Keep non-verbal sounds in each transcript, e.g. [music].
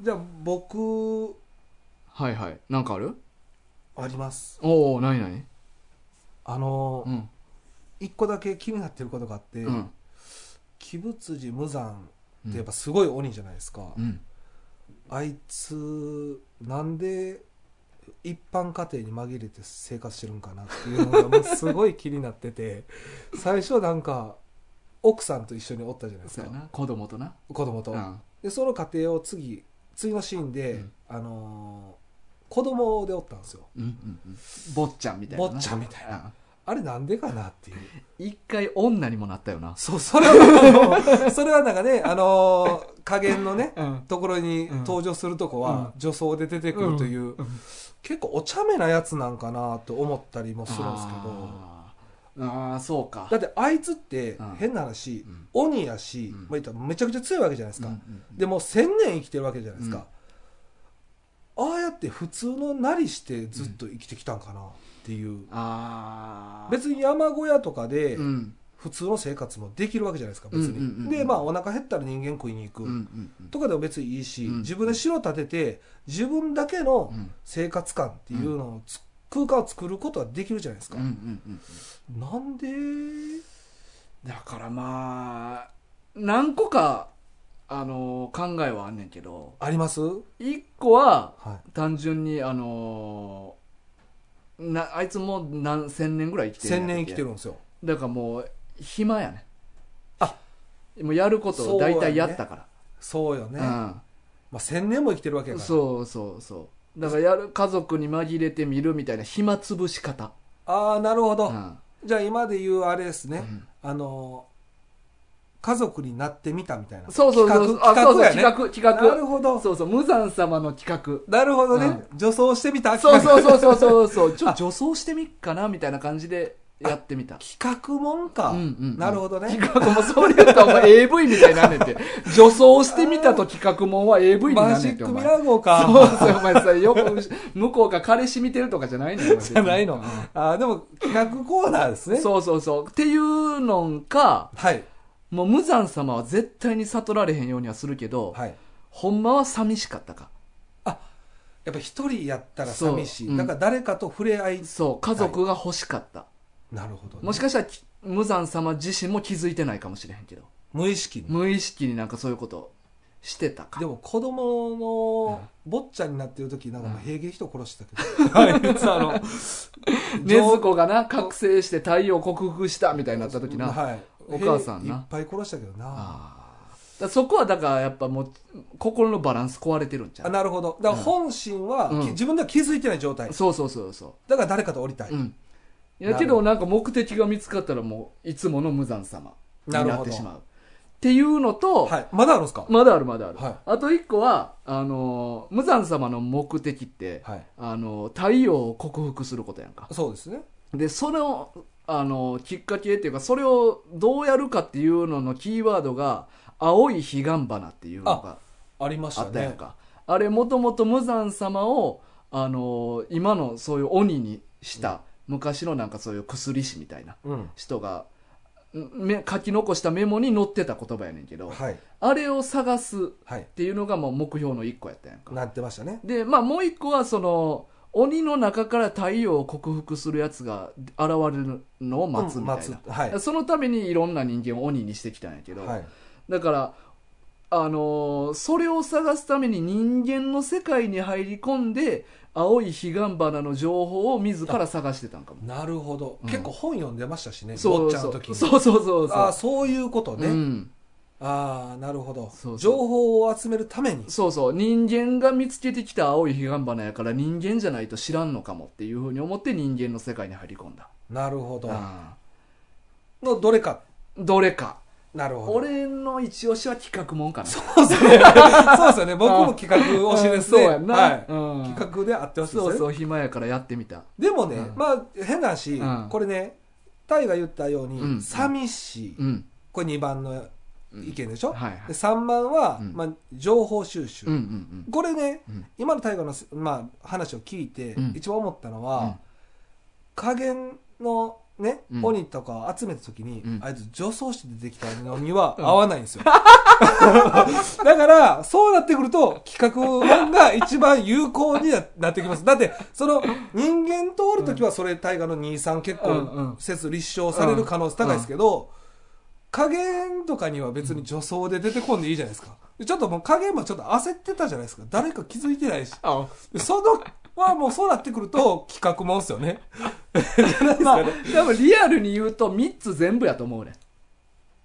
じゃあ僕はいはいなんかあるありますおお何何あのうん一、個だけ気になってることがあって、うん鬼仏寺無惨うってやっんぱすごい鬼じゃないですか、うんあいつなんで一般家庭に紛れて生活してるんかなっていうのがもうすごい気になってて [laughs] 最初なんか奥さんと一緒におったじゃないですそうかやな子供とな子供と、うんでその家庭を次次のシーンで、うんあのー子供でおったんですようんうんうん坊っちゃんみたいなな坊っちゃんみたいなうんあれなんでかなっていう一回女にもなったよなそうそれはそれはなんかねあのー加減のねうんところにうん登場するとこはう女装で出てくるという、結構お茶目なやつなんかなと思ったりもするんですけどあーあーそうかだってあいつってうん変な話、うん鬼やし、うんまあ、言ったらめちゃくちゃ強いわけじゃないですか、うんうんうんでもう1000年生きてるわけじゃないですか、ああやって普通のなりしてずっと生きてきたんかなっていう、ああ別に山小屋とかでうん普通の生活もできるわけじゃないですか別に、うんうんうんうんでまあお腹減ったら人間食いに行く、うんうんうんとかでも別にいいし、うん自分で城立てて自分だけの生活感っていうのをつ、空間を作ることはできるじゃないですか、うんうんうんなんでだからまあ何個かあの考えはあんねんけどありますは一個はい単純にあのなあいつもう何千年ぐらい生きてる1000んやったっ年け生きてるんですよだからもう暇やねあもうやることを大体やったからそうよう,、ね、まあ、1000年も生きてるわけやん、からそうそうそうだからやる家族に紛れてみるみたいな暇つぶし方、ああなるほど、うんじゃあ今で言うあれですね、うんあの家族になってみたみたいなそうそうそ企う画あそうそう企画やね企画企なる画ほどそうそう無惨様の [laughs] 企画なるほどね、女装してみたそううそうそうそうそうそうちょあ女装してみっかなみたいな感じでやってみた企画もんか、うんうんうんなるほどね企画もそうやったらお前 AV みたいになんねんて女装してみたと企画もんは AV にマなんジねんてッおクミ前ラー号かそうそうお前さよく向こうが彼氏見てるとかじゃないのよじゃないの、あーでも企画コーナーですねそうそうそうっていうのんかはいもう無惨様は絶対に悟られへんようにはするけど、はいほんまは寂しかったかやっぱ一人やったら寂しい、そううんだから誰かと触れ合いそう家族が欲しかった、なるほど、ね、もしかしたらき無惨様自身も気づいてないかもしれへんけど無意識に無意識になんかそういうことしてたかでも子供の坊ちゃんになってる時なんかもううん平気で人殺してたけど、あいつあ [laughs] の禰豆子がな覚醒して太陽を克服したみたいになった時な、あはい、お母さんないっぱい殺したけどなああだからそこはだからやっぱもう心のバランス壊れてるんちゃうなるほどだから本心は、うんき自分では気づいてない状態そうそうそうそだから誰かと降りたい、ううんいなやるけほどどなんか目的が見つかったらもういつもの無惨様になるなほっどてしまうっていうのと、はい、まだあるんですか、まだあるまだある、はいあと一個はあのー無惨様の目的って、はい、あのー太陽を克服することやんかそうですねでそのあのきっかけっていうかそれをどうやるかっていうののキーワードが「青い彼岸花」っていうのがありましあたったやんねかあ,、れもともと無惨様をあの今のそういう鬼にした、昔のなんかそういう薬師みたいなうん人がんめ書き残したメモに載ってた言葉やねんけど、はいあれを探すっはいていうのがもう目標の一個やったやんかなってましたねでまあもう一個はその鬼の中から太陽を克服するやつが現れるのを待つみたいなうん待、つはいそのためにいろんな人間を鬼にしてきたんやけど、はいだからあのーそれを探すために人間の世界に入り込んで青い彼岸花の情報を自ら探してたんかもなるほど、うん結構本読んでましたしねそ坊うちゃんそのう時にそうそうそうあそあうそういうことね、うん、ああなるほどそうそう情報を集めるためにそうそう人間が見つけてきた青い彼岸花やから人間じゃないと知らんのかもっていうふうに思って人間の世界に入り込んだ、なるほどうんのどれかどれかなるほど俺の一押しは企画もんかなそう [laughs] そうですねそうですよね僕も企画推しですねそうやんな、はいうん企画であってほしいですそねうそう暇やからやってみたでもね、うんまあ変な話、うんこれねタイが言ったように、うん寂しい、うんこれ2番の意見でしょ、はいはいで3番は、うんまあ、情報収集、うんうんこれね、うん今の大河のす、まあ、話を聞いて、うん一番思ったのうはん、加減のね、うん鬼とかを集めた時に、うんあいつ女装して出てきたのには合わないんですよ、 [laughs] だから、そうなってくると、企画本が一番有効にななってきます。だって、その、人間通るときは、それ、大河の2、3結うんうん構、説立証される可能性高いですけど、加減とかには別に助走で出てこんでいいじゃないですか。ちょっともう加減もちょっと焦ってたじゃないですか。誰か気づいてないし。あその、はもうそうなってくると、企画もんっすよね。 [laughs] まあ多分リアルに言うと3つ全部やと思うね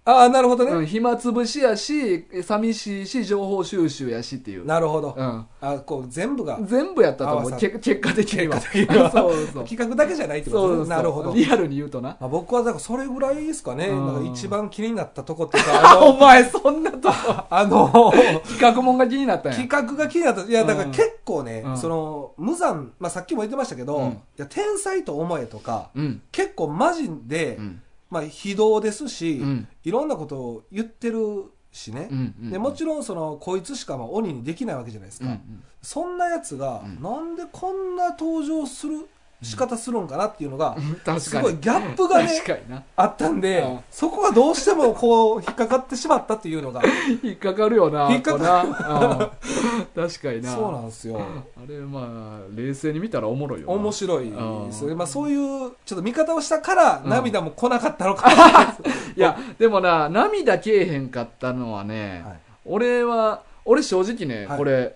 ああ、なるほどうんね。暇つぶしやし寂しいし情報収集やしっていう、なるほど。うん、あ、こう、全部が、全部やったと合思うわさけ結果的には結果的には [laughs] そうそう企画だけじゃないってこそとうそうですね。なるほど。リアルに言うとなまあ、僕はだからそれぐらいですかね、うんなんか一番気になったとことあか、[laughs] お前そんなとこあの、あの企画もんが気になったんや企画が気になった、いや、だから結構ね、うんその、無残、まあ、さっきも言ってましたけど、うんいや天才と思えとか、うん結構マジで、うんまあ、非道ですし、うんいろんなことを言ってるしね、うんうんでもちろんその、こいつしかまあ鬼にできないわけじゃないですうんか。うんそんなやつが、うんなんでこんな登場する仕方するんかなっていうのが、確かにすごいギャップがね確かになあったんで、うんそこがどうしてもこう引っかかってしまったっていうのが引っかかるよな引っかかる確かに [laughs] なそうなんですよあれまあ冷静に見たらおもろいよな面白いですよね、うんまあ、そういうちょっと見方をしたからうん涙も来なかったの [laughs] かな、いやでもな涙けえへんかったのはね、 [laughs] はい俺は俺正直ね、はいこれ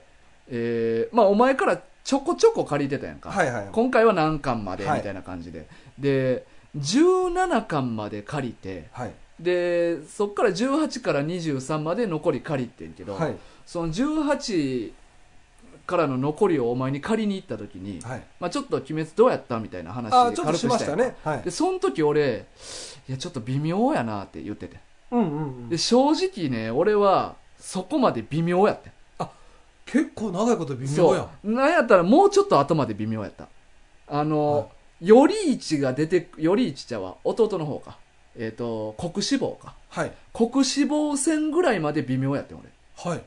えーまあお前からちょこちょこ借りてたやんか、はいはい今回は何巻までみはいたいな感じで、で17巻まで借りてはいでそっから18から23まで残り借りてんけど、はいその18からの残りをお前に借りに行った時に、はいまあ、ちょっと「鬼滅どうやった?」みたいな話ああちょっ軽とくしましたやんねはいでその時俺いやちょっと微妙やなって言っててうんうんうでん正直ね俺はそこまで微妙やってん結構長いこと微妙やんそうなんやったらもうちょっと後まで微妙やったあの、より一が出てより一ちゃうわ弟の方かえっ、と国志望かはい国志望戦ぐらいまで微妙やってん俺はい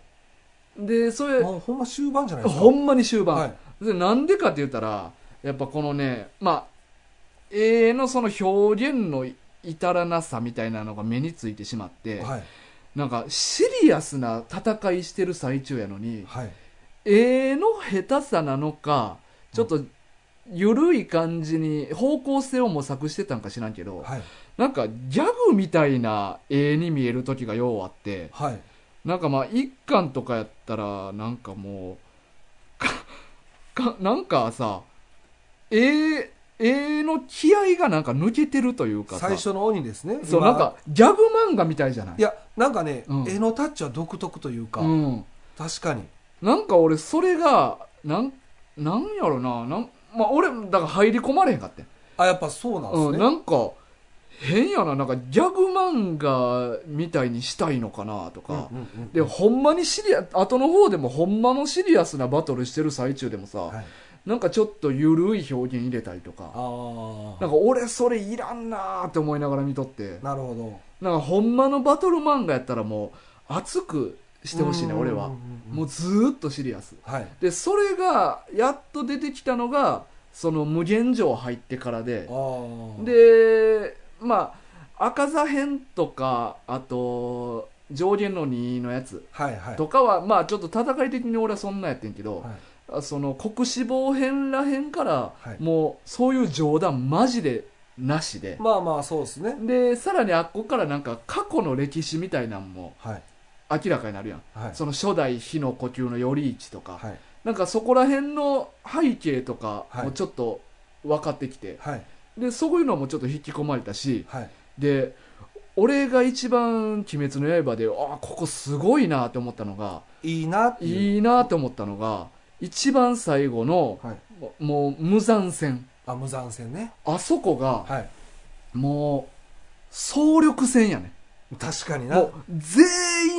でそれもうほんま終盤じゃないですかほんまに終盤、はいでなんでかって言ったらやっぱこのねまあ絵のその表現の至らなさみたいなのが目についてしまって、はいなんかシリアスな戦いしてる最中やのにはい絵の下手さなのかちょっと緩い感じに方向性を模索してたんか知らんけど、はいなんかギャグみたいな絵に見える時がようあってはいなんかまあ一巻とかやったらなんかもうかかなんかさ絵絵の気合がなんか抜けてるというかさ最初の鬼ですねそう今なんかギャグ漫画みたいじゃないいやなんかね、うん絵のタッチは独特というか、うん、確かになんか俺それがなんなんやろななん、まあ、俺だから入り込まれへんかってん、あやっぱそうなんですうん、ね、なんか変やななんかギャグ漫画みたいにしたいのかなとか、うんうんうんでほんまにシリア後の方でもほんまのシリアスなバトルしてる最中でもさ、はい、なんかちょっと緩い表現入れたりとあかあなんか俺それいらんなーって思いながら見とってなるほどなんかほんまのバトル漫画やったらもう熱くしてほしいねうん俺はうんうんうんもうずーっとシリアスはいでそれがやっと出てきたのがその無限城入ってからでああでまあ赤座編とかあと上限の2のやつはいはいとかはまあちょっと戦い的に俺はそんなんやってんけど、はいあその国志望編らへんから、はいもうそういう冗談マジでなしで、まあまあそうですねでさらにあっこからなんか過去の歴史みたいなんもはい明らかになるやん、はいその初代火の呼吸の頼一とか、はいなんかそこら辺の背景とかはいもちょっと分かってきて、はいでそういうのもちょっと引き込まれたしはいで俺が一番「鬼滅の刃で」ああここすごいなって思ったのが、いいなっていういいなって思ったのが一番最後の、はいももう無残戦あ無残戦ねあそこがはいもう総力戦やね確かになもう全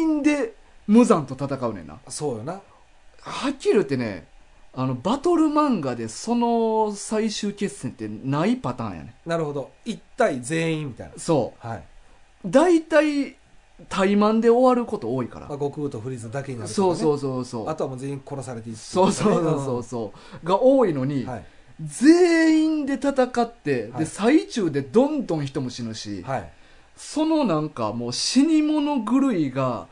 員で無残と戦うねんなそうよなはっきり言ってねあのバトル漫画でその最終決戦ってないパターンやねなるほど一体全員みたいなそはい、う大体怠慢で終わること多いかまあ、ら悟空とフリーズだけになるとかそうそううそうそうあとはもう全員殺されていくそうそうそうそうそうが多いのに、うんはい全員で戦って、はでい最中でどんどん人も死ぬし、はいそのなんかもう死に物狂いが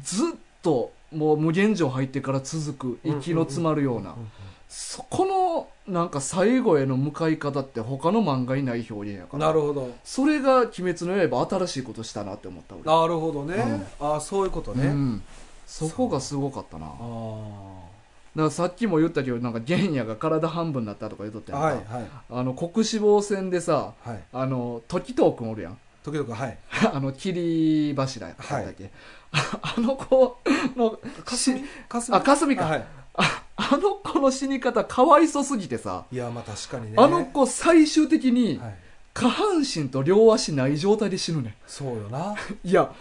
ずっともう無限城入ってから続く息の詰まるようなうんうんそこのなんか最後への向かい方って他の漫画にない表現やうかんらなるほどそれが「鬼滅の刃」新しいことしたなって思った俺なるほどね、ああそういうことね、うんそこがすごかったなだかあらさっきも言ったけどなんか玄也が体半分になったとか言うとったあやんか、はいはいあの国志望戦でさはいあの時藤君おるやん [laughs] 時々はいあの切り柱やったっけ、 [laughs] あの子のかすみかすみあ霞か、はい [laughs] あの子の死に方かわいそすぎてさ、いやまあ確かにねあの子最終的にはい、下半身と両足ない状態で死ぬねそうよ [laughs] なんいや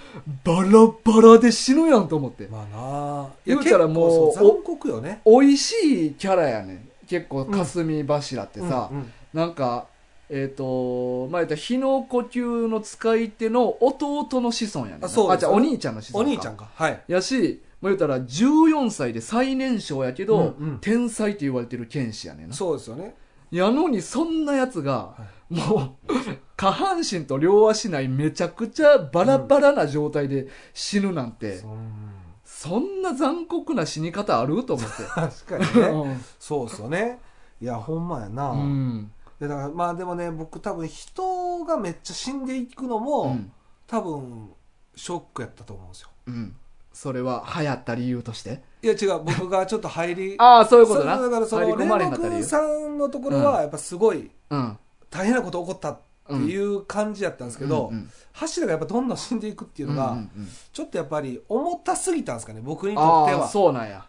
バラバラで死ぬやんと思ってまあなあ言うたらもう結構そう残酷よね美味しいキャラやねん結構霞柱ってさ、うんうんなんかえっ、と前言った日の呼吸の使い手の弟の子孫やねんなあそうですじゃあお兄ちゃんの子お孫か兄ちゃんかはいやしもう言うたら14歳で最年少やけど、うんうん天才って言われてる剣士やねんなそうですよねやのにそんなやつが、はもう下半身と両足ないめちゃくちゃバラバラな状態で死ぬなんて、そううんそんな残酷な死に方あると思っ確かにて、 [laughs] ねそうですよねいやほんまやな、うんうんでだからまあでもね僕多分人がめっちゃ死んでいくのも、うん多分ショックやったと思うんですようんそれは流行った理由としていや違う僕がちょっと入り [laughs] ああそういうことなだからそ入りの込連まれへんかった理絡由さんのところはやっぱすごいうん大変なこと起こったっていう感じやったんですけど、柱がやっぱどんどん死んでいくっていうのが、ちょっとやっぱり重たすぎたんですかね僕にとあってあーはそうなんや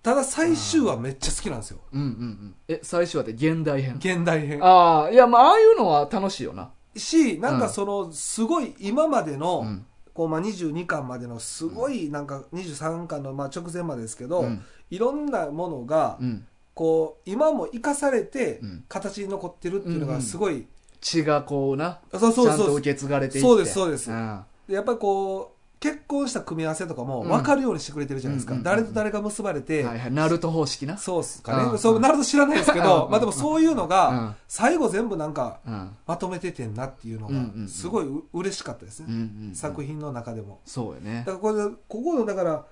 ただ最終話めっちゃ好きなんですようんうんうんえ最初はで現代編現代編ああいやまあああいうのは楽しいよなしなんかそのすごい今までの、うんこうまあ、22巻までのすごいなんか23巻のまあ直前までですけど、うんいろんなものがうんこう今も生かされてうん形に残ってるっていうのがすごい、血がこうなそうそうちゃんそとう受け継がれていってそうですそうですんでやっぱりこう結婚した組み合わせとかもうん分かるようにしてくれてるじゃないですか、うんうんうんうん誰と誰が結ばれて、はいはい、ナルト方式な。そうっすかね、うんそうなると知らないですけうどんまあでもそういうのうがん最後全部なんかうんまとめててんなっていうのうんうんうんがすごいう嬉しかったですうね、んうん、作。品の中でもそうよねだか。らこれここのだから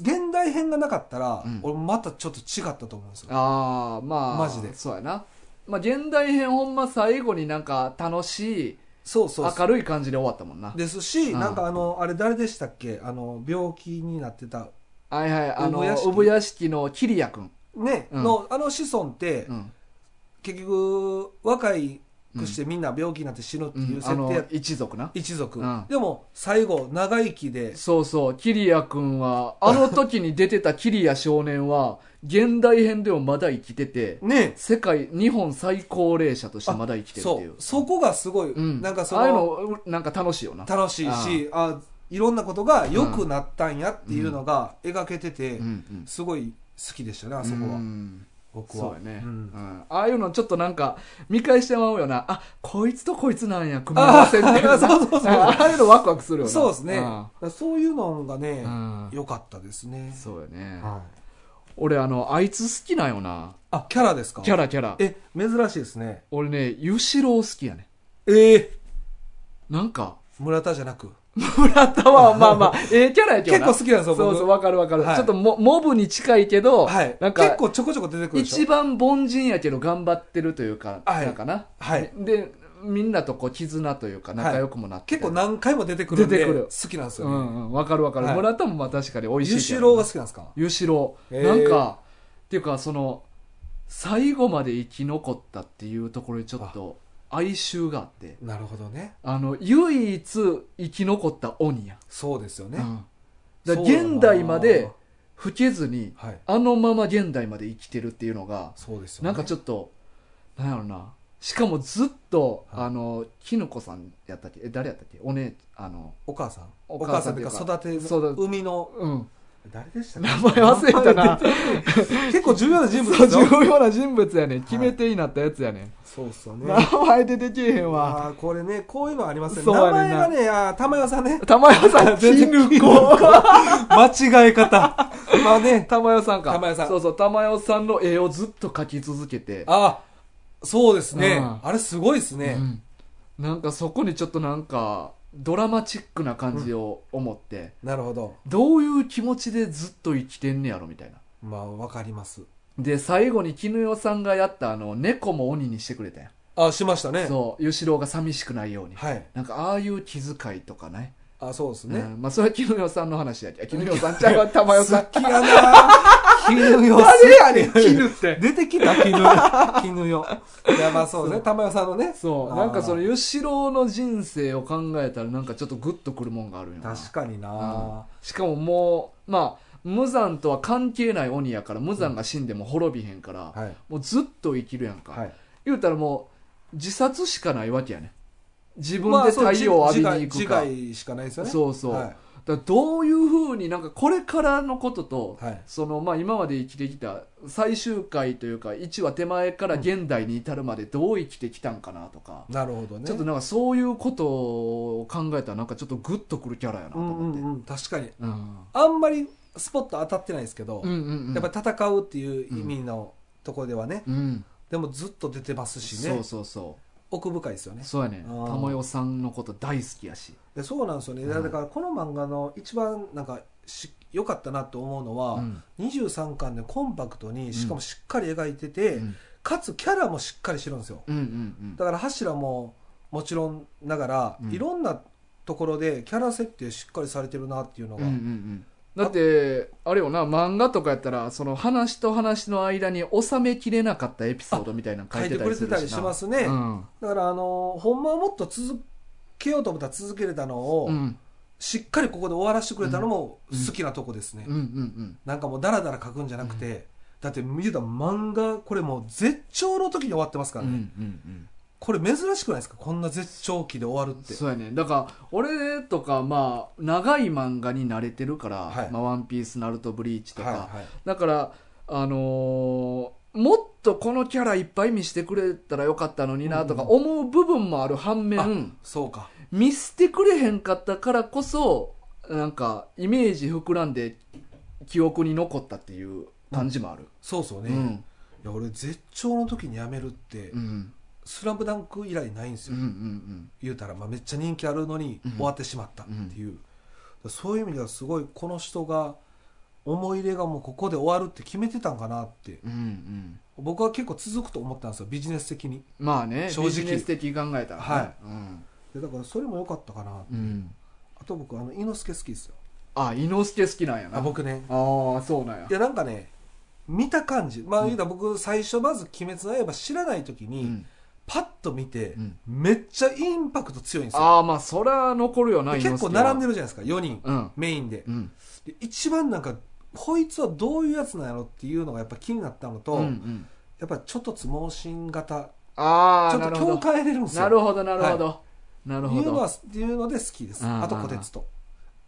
現代編がなかったら、うん俺またちょっと違ったと思うんですよああ、まあ、マジでそうやな。まあ、現代編ほんま最後になんか楽しい、そうそうそう明るい感じで終わったもんな。ですし、うんなんかあのあれ誰でしたっけあの病気になってたはいはい、あの産屋、敷産屋敷の桐谷くん。ね、うんのあの子孫って、うん。結局若いくしてみんな病気になって死ぬっていう設あ定やの、一族な。一族、うんでも最後長生きでそうそう、桐谷くんは、あの時に出てた桐谷少年は、現代編でもまだ生きてて、ね世界、日本最高齢者としてまだ生きてるってそいうう。そこがすごい、うん、なんかそああいうののうなんか楽しいよな楽しいしあいろんなことが良くなったんやっていうのが描けてて、うんうんすごい好きでしたねあそこは、うん僕そうはやね、ううんんああいうのちょっとなんか見返してまうよなあこいつとこいつなんや組み合わせみたいな [laughs] そうそうそうああいうのワクワクするよなそうですねだあからそういうのがねあうん良かったですねそうやねはい俺あのあいつ好きなんよなあキャラですかキャラキャラえ珍しいですね俺ねゆしろう好きやねええなんか村田じゃなく村田は [laughs] まあまあええキャラやけど結な構好きなんですよ僕そうそうわかるわかる、はいちょっとモモブに近いけど、はい、なんか結構ちょこちょこ出てくるでし一ょ番凡人やけど頑張ってるというか、はいなんかな、はいでみんなとこう絆というか仲良くもなって、結構何回も出てくるんで出てくる好きなんですうよね、んうんわかるわかる、はい村田もまあ確かに美味しいゆけしどろうが好きなんですかゆしろうへーなんかっていうかその最後まで生き残ったっていうところにちょっと哀愁があってなるほどねあの唯一生き残った鬼や、そうですよね、うんだからそうだな現代まで老けずにはいあのまま現代まで生きてるっていうのがそうですよ、ね、なんかちょっと、なんやろな。しかもずっと、はいあの、きぬこさんやったっけえ、誰やったっけお姉、あの、お母さんおお母母ささんんっとていいううか育てかそうだ生みのうん。誰でしたっけ名前忘れたな。結構重要な人物そでう、すよ重要な人物やねん。決め手になったやつやねん。そうっすよね名前出てけえへんわ。あーこれねこういうのありますねそう名やねん前ながねあー玉代さんね玉代さん、きぬ [laughs] こ。間違え方まあね [laughs] 玉代さんか。玉代さんそうそう、玉代さんの絵をずっと描き続けて。あそうですねうんあれすごいですうねんなんかそこにちょっとなんか、ドラマチックな感じを思って、なるほどどういう気持ちでずっと生きてんねやろみたいなまあわかりますで最後に絹代さんがやったあの猫も鬼にしてくれたやん、あしましたねそう吉郎が寂しくないように、はいなんかああいう気遣いとかねあそうですうねんまあそれは絹代さんの話やけど絹代さんちゃうわ玉代さん好きや [laughs] な絹代誰やねん絹って出てき [laughs] た絹代絹代いやまあそうね玉代さんのねそうなんかその吉郎の人生を考えたらなんかちょっとグッとくるもんがあるよな確かになしかももうまあ無惨とは関係ない鬼やから無惨が死んでも滅びへんから、はいもうずっと生きるやんか、はい言うたらもう自殺しかないわけやね自分で太陽を浴びに行くか、まあそう自害自害しかないですよねそうそう、はいだからどういうふうになんかこれからのことと、はいそのまあ、今まで生きてきた最終回というか1話手前から現代に至るまでどう生きてきたんかなとか、なるほどねちょっとなんかそういうことを考えたらなんかちょっとグッとくるキャラやなとうんう思って、んうん確かにうんあんまりスポット当たってないですけど、うんうんうんやっぱ戦うっていう意味のとこではね、うん、でもずっと出てますしねそうそうそ奥深いですようねそうやねあー玉代さんのこと大好きやし、でそうなんですよね、うんだからこの漫画の一番なんかし良かったなと思うのは、うん23巻でコンパクトにんしかもしっかり描いてうて、ん、かつキャラもしっかりしてるんですようんうんだから柱ももちろんながら、うんいろんなところでキャラ設定しっかりされてるなっていうのうんうが、んうんうんだってあれよな漫画とかやったらその話と話の間に収めきれなかったエピソードみたいなの書書いいててたくりれすてるしたなりしますね、うんだからあのーほんまはもっと続けようと思ったら続けれたのを、うんしっかりここで終わらせてくれたのも好きなとこですね、うんうんなんかもうダラダラ書くんじゃなくて、だって見てたら漫画これもう絶頂の時に終わってますうかんうらね、んうんこれ珍しくないですかこんな絶頂期で終わるってそうやねだから俺とかまあ長い漫画に慣れてるから「はいまあ、ワンピースナルトブリーチとか、はいはいだから、あのーもっとこのキャラいっぱい見せてくれたらよかったのになとかうん思う部分もある反面、あそうか見せてくれへんかったからこそなんかイメージ膨らんで記憶に残ったっていう感じもある、そうそうね、ういんや俺絶頂の時に辞めるって「うんスラムダンク以来ないんですうんうよ、んうん言うたら、まあ、めっちゃ人気あるのにうん終わってしまったっていう、だからそういう意味ではすごいこの人が思い入れがもうここで終わるって決めてたんかなってうんうん僕は結構続くと思ったんですよビジネス的にまあね正直ビジネス的に考えたらね、はいうんでだからそれも良かったかな、うん、あと僕あの猪之助好きですよあ伊之助好きなんやなあ僕ねああそうなんやいやなんかね見た感じまあうん言うたら僕最初まず「鬼滅の刃」知らない時うに、んパッと見て、うんめっちゃインパクト強いんですよああまあそりゃ残るよなで結構並んでるるじゃないですか4人、うんメインでうんで一番なんかこいつはどういうやつなんやろっていうのがやっぱ気になったのと、うんうん、やっぱちょっとつ盲信型ちああょっなとるほ共ど感得れるんですよなるほどなるほど、なるいほうのはどっていうので好きですうんうんうんあと虎鉄と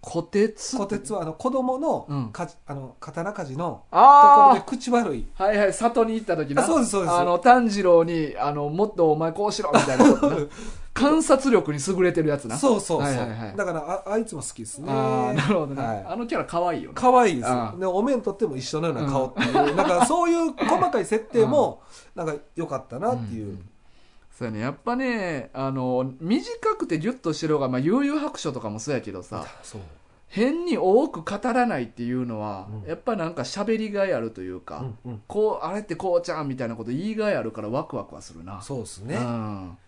虎鉄虎鉄はあの子供の,、うんかあの刀鍛冶のところであ口悪いあはいはい里に行った時なあそうですそうですあの炭治郎にあのもっとお前こうしろみたいなことな [laughs] 観察力に優れてるやつなそうそうそう、はいはいはいだからああいつも好きですねああなるほどね、はいあのキャラ可愛いよね可愛いですあよあでお面取っても一緒のような顔っていう、 [laughs] なんかそう [laughs] いう細かい設定もなんか良かったなっていう、うんそうやねやっぱねあの短くてギュッとしてる方が、まあ、悠々白書とかもそうやけどさそう変に多く語らないっていうのは、うんやっぱなんか喋りがいあるというか、うんうんこうあれってこうちゃんみたいなこと言いがいあるからワクワクはするなそうですうね、だかん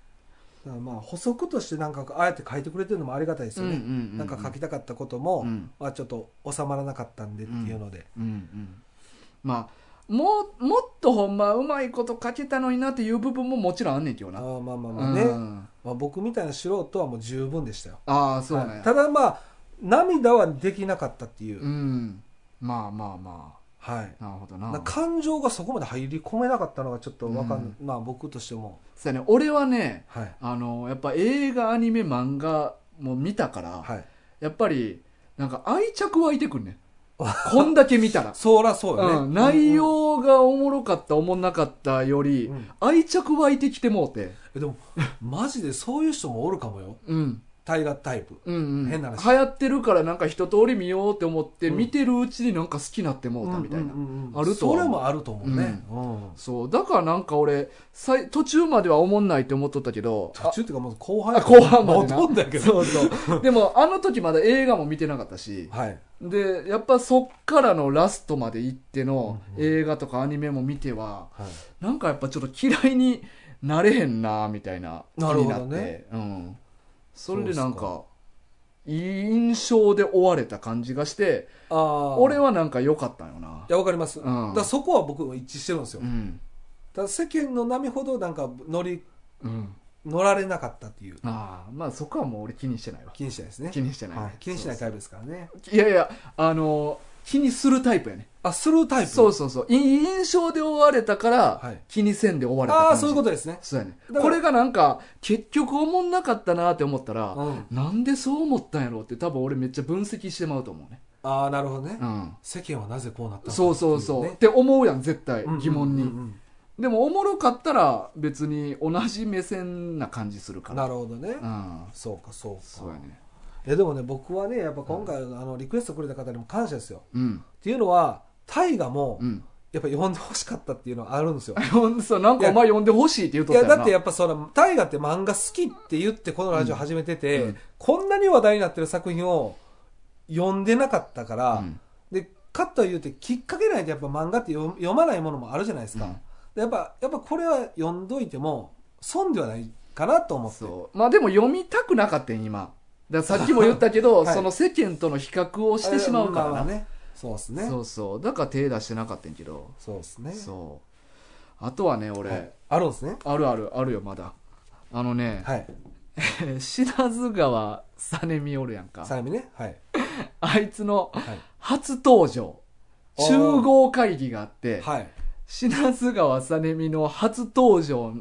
らまあ補足としてなんかああやって書いてくれてるのもありがたいですよね、なんか書きたかったことも、うんまあ、ちょっと収まらなかったんでっていうので、うんうんまあもうもっとほんまうまいこと書けたのになっていう部分ももちろんあんねんけどなああまあまあまあね、うんまあ、僕みたいな素人はもう十分でしたよああそうなんや、はいただまあ涙はできなかったっていう、うんまあまあまはいあなるほどななんか感情がそこまで入り込めなかったのがちょっとわかん、まあ僕としてもそうやね俺はねはいあのやっぱ映画アニメ漫画も見たから、はいやっぱりなんか愛着湧いて [laughs] くんねんこんだけ見たらそらそうよね、うん、内容がおもろかったおもんなかったより、うん愛着湧いてきてもうて、えでもマジでそういう人もおるかもようん、大河タイプうんうん、変な話流行ってるからなんか一通り見ようって思って、うん見てるうちになんか好きになってもうたみたいな、うんうんうんあるとはそれもあると思うね、うんそうだからなんか俺さい途中までは思んないって思っとったけど途中っていうかもう後半あ後半までなほとんどやけどそうそう [laughs] でもあの時まだ映画も見てなかったしはいでやっぱそっからのラストまで行っての映画とかアニメも見てははいなんかやっぱちょっと嫌いになれへんなみたいな気なるにほなどってねうん、それでなんかそいい印象で追われた感じがしてああ俺いはなんか良かったよなやわかります、うんだからそこは僕も一致してるんですよ、うだんから世間の波ほどなんか乗りうん乗られなかったっていうああまあそこはもう俺気にしてないわ気にしないですね気にしてない、はい、気にしないタイプですからねいやいやあの気にするタイプやねあスルータイプそうそうそういい印象で追われたから、はい気にせんで追われた感じああそういうことですねそうやねだからこれがなんか結局思んなかったなって思ったら、うんなんでそう思ったんやろうって多分俺めっちゃ分析してまうと思うねああなるほどね、うん世間はなぜこうなったのかそうそうそうっって思うやん絶対ていうね疑問に、うんうんうんでもおもろかったら別に同じ目線な感じするうかんらなるほどね、うんそうかそうかそうやねえでもね僕はねやっぱ今回、あのリクエストくれた方にも感謝ですようんっていうのは大河もうんやっぱ呼んでほしかったっていうのはあるんですよ、ほんとそうなんかお前呼んでほしいって言うといったやよなだってやっぱその大河って漫画好きって言ってこのラジオ始めてて、うんうんこんなに話題になってる作品を読んでなかったから、うんでかというてきっかけないとやっぱ漫画って読読まないものもあるじゃないですか、うんでやっぱやっぱこれは読んどいても損ではないかなと思ってそうまあでも読みたくなかったん今だからさっきも言ったけど、はいその世間との比較をしてしまうからあな、まあまあねそうですねそうそうだから手出してなかったんやけどそうですねそうあとはね俺、はいあるんですねあるあるあるよまだあのね、はい不 [laughs] 品津川実美おるやんかさやみねはいあいつのはい初登場あー集合会議があってはい品津川実美の初登場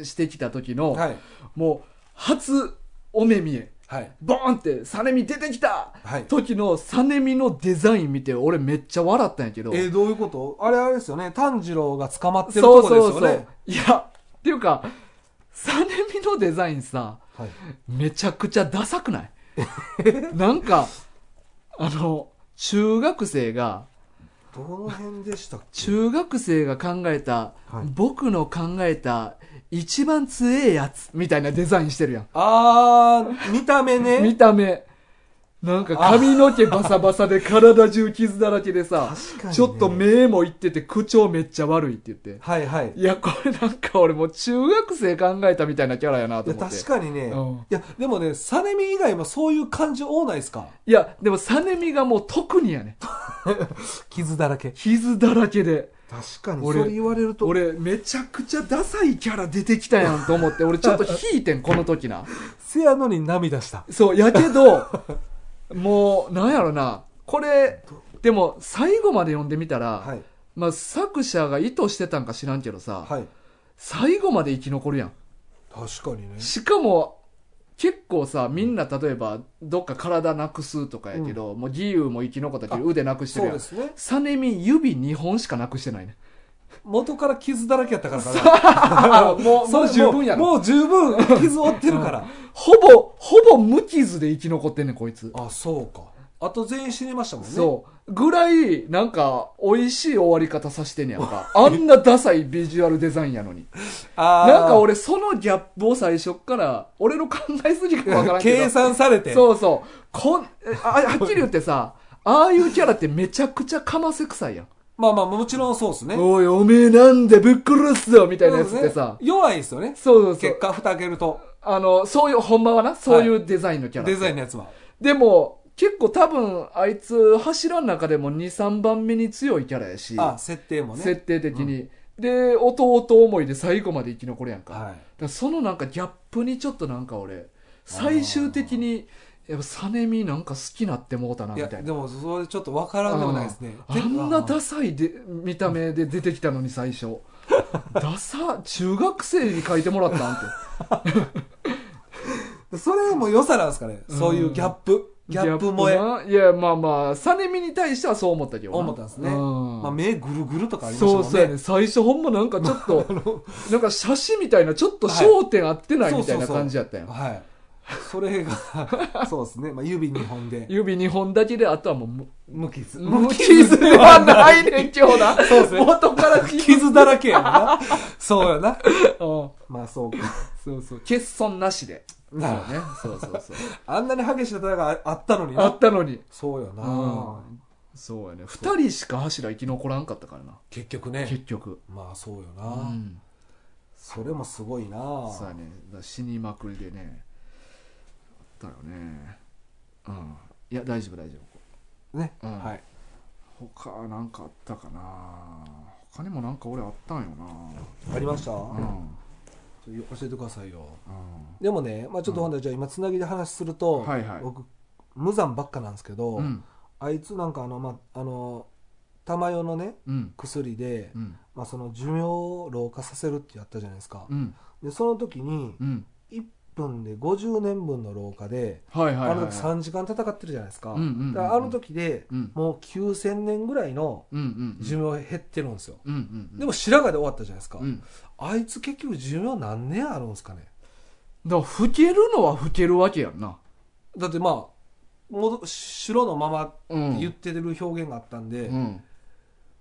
してきた時の、はいもう初お目見えはいボーンって実美出てきたはい時の実美のデザイン見て俺めっちゃ笑ったんやけどえーどういうことあれあれですよね炭治郎が捕まってるとそうこですそうよそねういやっていうか実美のデザインさはいめちゃくちゃダサ [laughs] くないなんかあの中学生がどの辺でしたっけ中学生が考えた、はい僕の考えた一番強えやつみたいなデザインしてるやんあー見た目ね見た目なんか髪の毛バサバサで体中傷だらけでさ、確かにねちょっと目もいってて口調めっちゃ悪いって言ってはいはいいやこれなんか俺もう中学生考えたみたいなキャラやないとや思って確かにね、うんいやでもねサネミ以外もそういう感じ多ないですかいやでもサネミがもう特にやね傷だらけ傷だらけで確か俺言われる俺めちゃくちゃダサいキャラ出てきたやんと思って俺ちょっと引いてんこの時なせやのに涙したそうやけど [laughs] もうなんやろなこれでも最後まで読んでみたら、はいまあ、作者が意図してたんか知らんけどさ、はい最後まで生き残るやん確かにねしかも結構さみんな例えばどっか体なくすとかやけど、もう義勇も生き残ったけど腕なくしてそうるやでんすねサネミ指2本しかなくしてないね [laughs] 元から傷だらけやったから [laughs] かなもうもう十分やろもうもう十分傷負ってるから、ほぼ、ほぼ無傷で生き残ってんねん、こいつ。あそうかあと全員死にましたもんねそう。ぐらい、なんか、美味しい終わり方さしてんねやん [laughs] か。あんなダサいビジュアルデザインやのに。あーなんか俺、そのギャップを最初っから、俺の考えすぎかわからんけど。計算されてそうそう。こん、あ、はっきり言ってさ、ああいうキャラってめちゃくちゃかませ臭いやん。まあまあもちろんそうですねおい、おめえなんでぶっ殺すぞみたいなやつってそうさです。ね弱いですよねそうそうそう結。果蓋開けるとあの、そういう、ほんまはな、そういうデザインのキャラって。デザインのやつはでも、結構多分、あいつ、柱の中でも2、3番目に強いキャラやし、あ設定も設ね定的に。で、弟思いで最後まで生き残るやんか。だかはらそのなんかギャップにちょっとなんか俺、最終的に、やっぱサネミなんか好きなってもうたないいみやたいでな。もそれちょっとわからんでもないですねあんなだダサいで見た目で出てきたのに [laughs] 最初。ダサ、中学生に書いてもらったんって。それも良さなんですかねそういうギャップギャップ萌ええ。いや、まあまあ、サネミに対してはそう思ったけどな。思ったんですねうんまあ目ぐるぐるとかありましたもそうんねそうやね最初ほんまなんか [laughs] ちょっとなんか写真みたいなちょっと焦点合ってないみたいな感じやったよ、はいそれが [laughs] そうですね、まあ、指2本で指2本だけであとはもうむ無傷無傷ではない連長 [laughs] だそうですね元から [laughs] 傷傷だらけやんなそうやなうんまあそうかそうそう欠損なしでそうなねる [laughs] ほどそうそうそうあんなに激しい戦いがあったのにあなったのにそうやな、うんそうやね2人しか柱生き残らんかったからな結局ね結局まあそうよな、うんそれもすごいなそうやねだから死にまくりでねあったよねうんいや大丈夫大丈夫ね、うんはい他なんかあったかな他にもなんか俺あったんよなありました、うん、ちょっと教えてくださいようんでもね、まあ、ちょっとほんでじゃあ今つなぎで話すると、はいはい僕無残ばっかなんですけど、うんあいつなんかあの、まあ、あの玉代のねうん薬で、うんまあ、その寿命を老化させるってやったじゃないですか、うんでその時にうん1分で50年分の老化で、はいはいはいあの時はい3時間戦ってるじゃないですか,、うんうんうんうんだからあの時でうんもう9000年ぐらいのうんうん寿命減ってるんですよ、うんうんでも白髪で終わったじゃないですか、うんあいつ結局寿命何年あるんですかねだから老けるのは老けるわけやんなだってまあ戻白のままってうん言ってる表現があったんで、うん、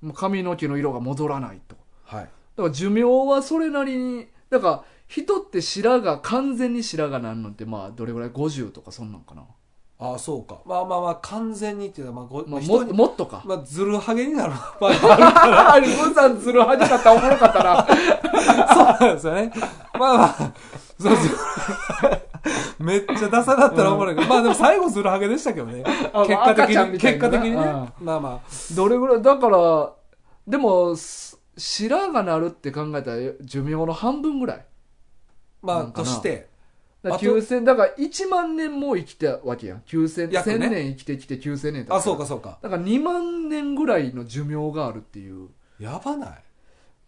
もう髪の毛の色が戻らないとはいだから寿命はそれなりにだから人って白髪完全に白髪なんのってまあどれぐらい50とかそんなんかな、ああそうかまあまあまあ完全にっていうのは、まあごまあ、人もにもっとかまあ、ずるはげになる場合があるあれゴンさんずるはじかったらおもろかった [laughs] なそうなんですよね。まあまあ、そうそう。めっちゃダサだったらおもろいけど、まあでも最後ズルハゲでしたけどね。結あま果あ的赤ちゃんに、みたい結な果ね的にね。まうあまどれぐらいだからでもす白髪なるって考えたら寿命の半分ぐらいあ、まなあんかとなして、だからあと9000だから1万年も生きたわけやん9000約ね1000年生きてきて9000年経つらあ、そうかそうか。だから2万年ぐらいの寿命があるっていうやばない。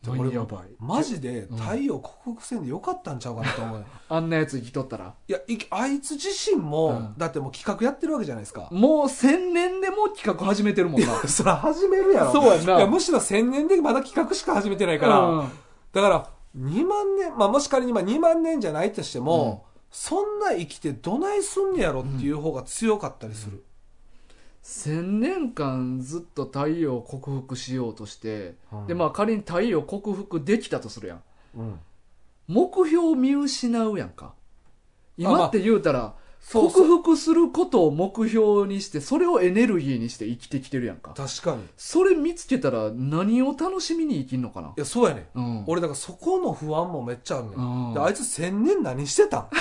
何やばいマジでん太陽克服戦でよかったんちゃうかなと思う。あんなやつ生きとったらいや、いあいつ自身もう、んだってもう企画やってるわけじゃないですか。もう1000年でもう企画始めてるもん [laughs] なそら始めるやろ。そうやんないや、むしろ1000年でまだ企画しか始めてないから。うんだから、2万年、まあ、もし仮にまあ2万年じゃないとしても、そんな生きてどないすんねやろっていう方が強かったりする。 1000年間ずっと太陽を克服しようとして、うんでまあ仮に太陽を克服できたとするやんうん目標を見失うやんかあま今あって言うたら、そうそう克服することを目標にしてそれをエネルギーにして生きてきてるやんか確かに。いそれ見つけたら何を楽しみに生きんのかな、や、そうやねん。うん、俺、だからそこの不安もめっちゃあるねん。うんであいつ千年何してたん [laughs]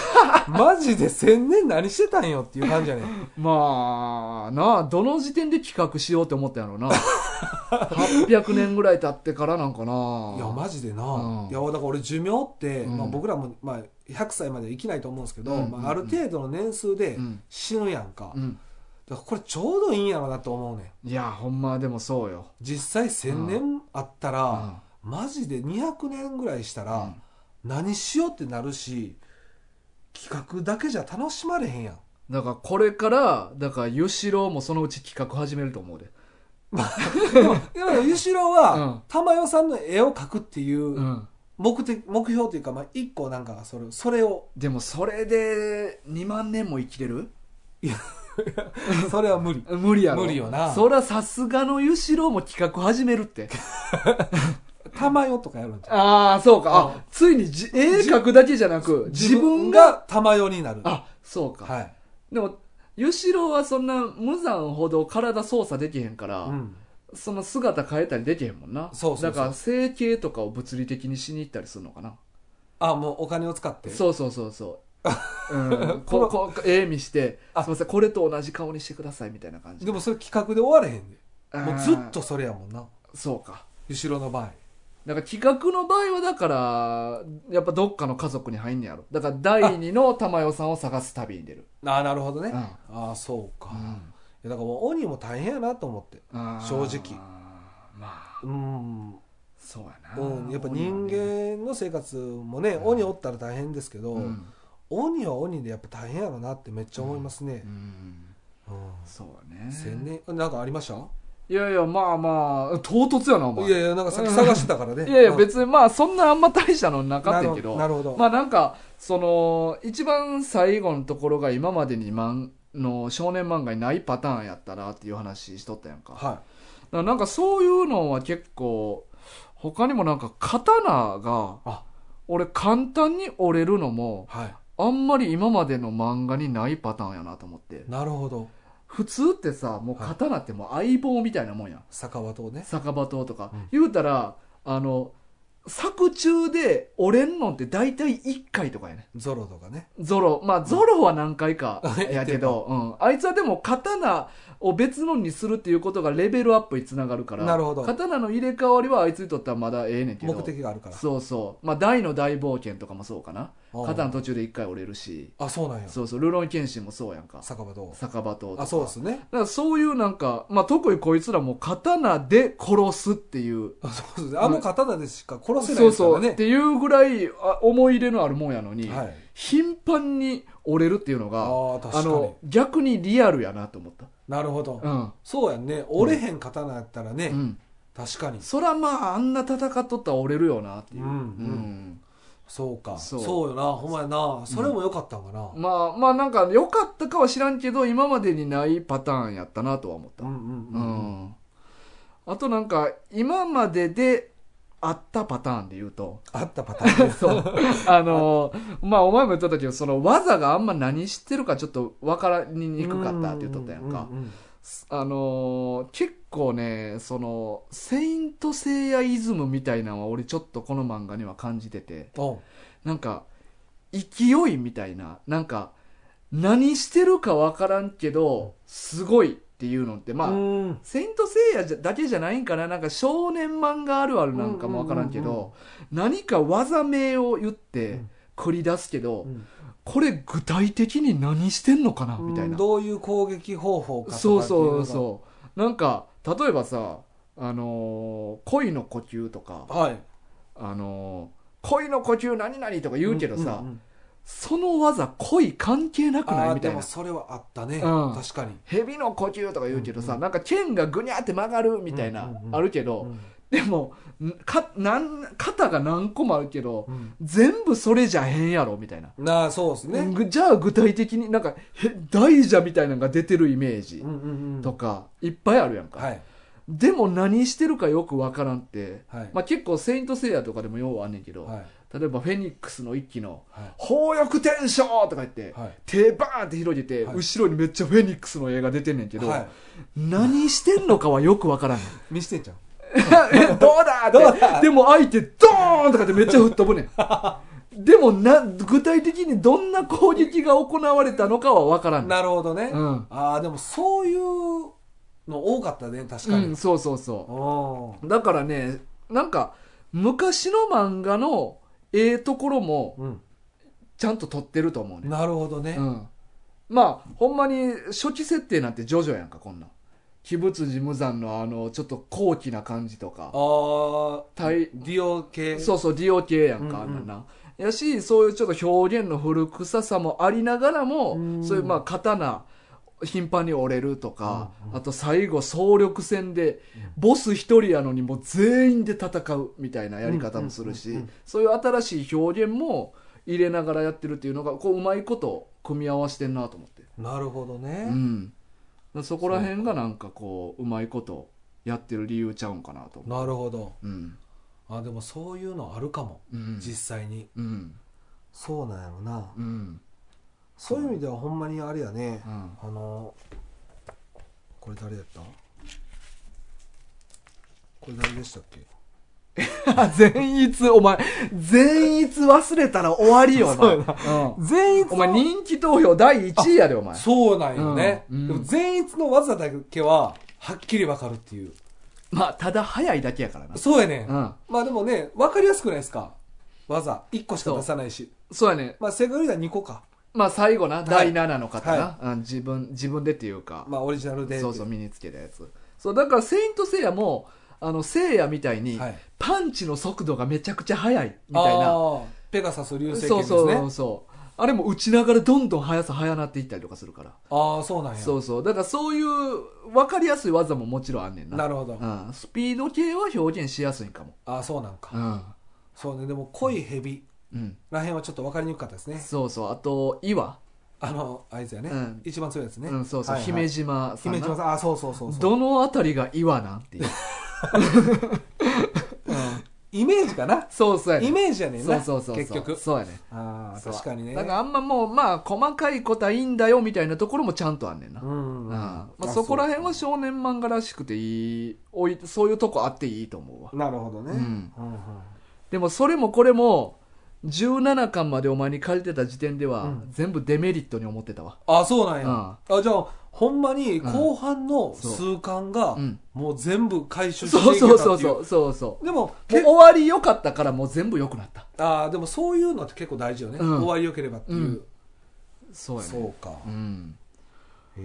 マジで千年何してたんよっていう感じやねん。まあなあどの時点で企画しようって思ったんや [laughs] ろな800年ぐらい経ってからなんかないや、マジでな。うんいや、だから俺寿命って、うんまあ、僕らも、まあ、100歳まで生きないと思うんですけど、うんうんうんまあ、ある程度の年数でうん死ぬやんか。うん、だからこれちょうどいいんやろなと思うねん。いやほんまでもそうよ実際1000年あったら、マジで200年ぐらいしたうらん何しようってなるし企画だけじゃ楽しまれへんやんだからこれからだから吉郎もそのうち企画始めると思うででもゆしろうんは珠代さんの絵を描くっていううん目的、目標というか、まあ、一個なんかそれそれをでもそれで2万年も生きれるそれは無理無理やろ無理よなそりゃさすがの吉郎も企画始めるって [laughs] 珠代とかやるんじゃんああそうかあついにじ絵描くだけじゃなく自分が珠代になるあそうか、はい、でも吉郎はそんな無残ほど体操作できへんから、うん、その姿変えたりできへんもんなそうそうそうだから整形とかを物理的にしに行ったりするのかなあもうお金を使ってそうそうそ [laughs] うそう、うん、ここ絵見してあすみませんこれと同じ顔にしてくださいみたいな感じでもそれ企画で終われへんでもうあーずっとそれやもんなそうかゆしろの場合だから企画の場合はだからやっぱどっかの家族に入んねやろだから第二の玉代さんを探す旅に出るああなるほどね、うんああそうか、うんいやだからもう鬼も大変やなと思ってあー正直まあうんそうやな、うん、やっぱ人鬼はね間の生活もね、うん鬼おったら大変ですけど、うん鬼は鬼でやっぱ大変やろなってめっちゃ思いますねう、んうんそうやね千年なんかありましたいやいや、まあまあ、唐突やな、お前。いやいやなんかさっき探してたからね [laughs] いやいや、に別に、まあ、そんなあんま大したのなかったんやけど、なるほどまあなんか、その、一番最後のところが今までにマンの少年漫画にないパターンやったなっていう話しとったやんか。だかはらなんかそういうのは結構、他にもなんか刀が、あ俺簡単に折れるのもい、はいあんまり今までの漫画にないパターンやなと思って。なるほど普通ってさ、もう刀ってもう相棒みたいなもんやん。酒場とね酒場刀とか、うん言うたらあの作中で折れんのって大体1回とかやねゾロとかねゾロまあゾロは何回かやけ [laughs] ど、うん、あいつはでも刀を別のにするっていうことがレベルアップにつながるからなるほど刀の入れ替わりはあいつにとってはまだええねんけど目的があるからそうそうまあ大の大冒険とかもそうかなうん刀の途中で1回折れるしあそうなんやそうそうルロン剣心もそうやんか酒場と酒場刀とかあそうですねだからそういうなんか、まあ、特にこいつらも刀で殺すっていう。あ [laughs] そうですねあの刀でしか殺せないそうですかそらう。っねていうぐらいあ思い入れのあるもんやのに、はい頻繁に折れるっていうのあが、ーあ確かにの、逆にリアルやなと思った。なるほどうん。そうやんね折れへん刀やったらね、うん。確かにそらまあ、あんな戦っとったら折れるよなっていう。うんそうかそそううよなほんまやなそれも良かったんかな、うんまあまあなんか良かったかは知らんけど、今までにないパターンやったなとは思った。うんうんううんうんん。あとなんか、今までであったパターンで言う [laughs] と、あったパターンねそう。あのーまあ、お前も言っとったけど、その技があんま何してるかちょっとわからにくかったって言っとったやんか。うううんあのー結構ね、その、セイントセイヤイズムみたいなのは俺ちょっとこの漫画には感じてて、おうなんか、勢いみたいな、なんか、何してるかわからんけど、すごいっていうのって、まあ、うんセイントセイヤじゃだけじゃないんかななんか少年漫画あるあるなんかもわからんけうんうんうんど、何か技名を言うってん繰り出すけど、うんこれ具体的に何してんのかなみたいな。どういう攻撃方法かとかっていそうのうがそうそう。なんか、例えばさ、あのー恋の呼吸とか、はいあのー恋の呼吸何々とか言うけどさ、んんんその技恋関係なくなあいーみでたいなも。それはあったね、うん確かに蛇の呼吸とか言うけどさ、うんうんなんか剣がぐにゃって曲がるみたいうな、んうんうんあるけど、うんでもんかなん肩が何個もあるけどうん全部それじゃへんやろみたいな、なあそうですね、ぐじゃあ具体的になんかへ大蛇みたいなのが出てるイメージうんうんうんとか、いっぱいあるやんか、はいでも何してるかよくわからんって、はい、まあ、結構「セイント・セイヤ」とかでもようあんねんけど、はい例えば「フェニックスの一期のはい「宝翼転生」とか言って、はい手バーンって広げて、はい後ろにめっちゃフェニックスの映画出てんねんけど、はい何してんのかはよく [laughs] わからん見せてんじゃんえどうだっどてうだでも相手ドーンとかってめっちゃ吹っ飛ぶねんでもな具体的にどんな攻撃が行われたのかは分からんねんなるほどね、うんああでもそういうの多かったね確かに、うん、そうそうそおうだからねなんか昔の漫画のええところもーうんちゃんと撮ってると思うね、なるほどね、うん、まあほんまに初期設定なんてジョジョやんかこんなん鬼物寺無惨のあのちょっと高貴な感じとかああ対ディオ系そうそう、ディオ系やんうんうんか、あんなんな。やし、そういうちょっと表現の古臭さもありながらも、うんそういうまあ刀、頻繁に折れるとか、うんうんあと最後総力戦で、ボス一人やのにもう全員で戦うみたいなやり方もすうるんうんしうんうん、そういう新しい表現も入れながらやってるっていうのが、こううまいこと組み合わせてんなと思って。なるほどね、うん。だからそこら辺がなんかこう、うまいことやってる理由ちゃうんかなと思なるほどう。うん。あでもそういうのあるかも、うん。実際にうん。そうなんやろな、うん。そういう意味ではほんまにあれやねう、ん。あのこれ誰やったこれ誰でしたっ [laughs] けあ前逸、お前、前逸忘れたら終わりよ、お前。うん全員お前人気投票第1位やで、お前。そうなんよね、うんうんでも善逸の技だけははっきりわかるっていうまあ、ただ早いだけやからな。そうやね、うん。まあでもねわかりやすくないですか技1個しか出さないしそうやね。まあ正解よりは2個かまあ、最後な、第7の方なは。うん自分、自分でっていうか、まあオリジナルでそうそう、身につけたやつ。そう、だから、セイントセイヤも、あの、セイヤみたいに、はいパンチの速度がめちゃくちゃ速い、みたいな。あーペガサス流星拳そでうすねそうそう。あれも打ちながらどんどん速さ速なっていったりとかするからああそうなんやそうそうだからそういう分かりやすい技ももちろんあんねんななるほど、うん、スピード系は表現しやすいんかもああそうなんか、うん、そうねでも濃いヘビうん、らへんはちょっと分かりにくかったですねそうそうあと岩、あのあいつやね、うん一番強いやつね、うん、そうそう、はいはい姫島さんな姫島さんあそうそうそうそうどのあたりが岩なんていう、うんイメージかなそうそうやねイメージやねんそなうそうそうそう結局そうやねああそう確かにねだからあんまもうまあ細かいことはいいんだよみたいなところもちゃんとあんねんな、うんうんうん、ああまあ、そこら辺はそ少年漫画らしくていいおいそういうとこあっていいと思うわうなるほどね、うんうんうんでもそれもこれも17巻までお前に借りてた時点では、うん全部デメリットに思ってたわあそうなんや、ああじゃあほんまに後半の数巻がうんもう全部回収していそうけたそっうていうそうそうそうそうでももうけ終わり良かったからもう全部良くなったあーでもそういうのって結構大事よね、うん終わりよければっていう、うんそうやねそうか、うんへ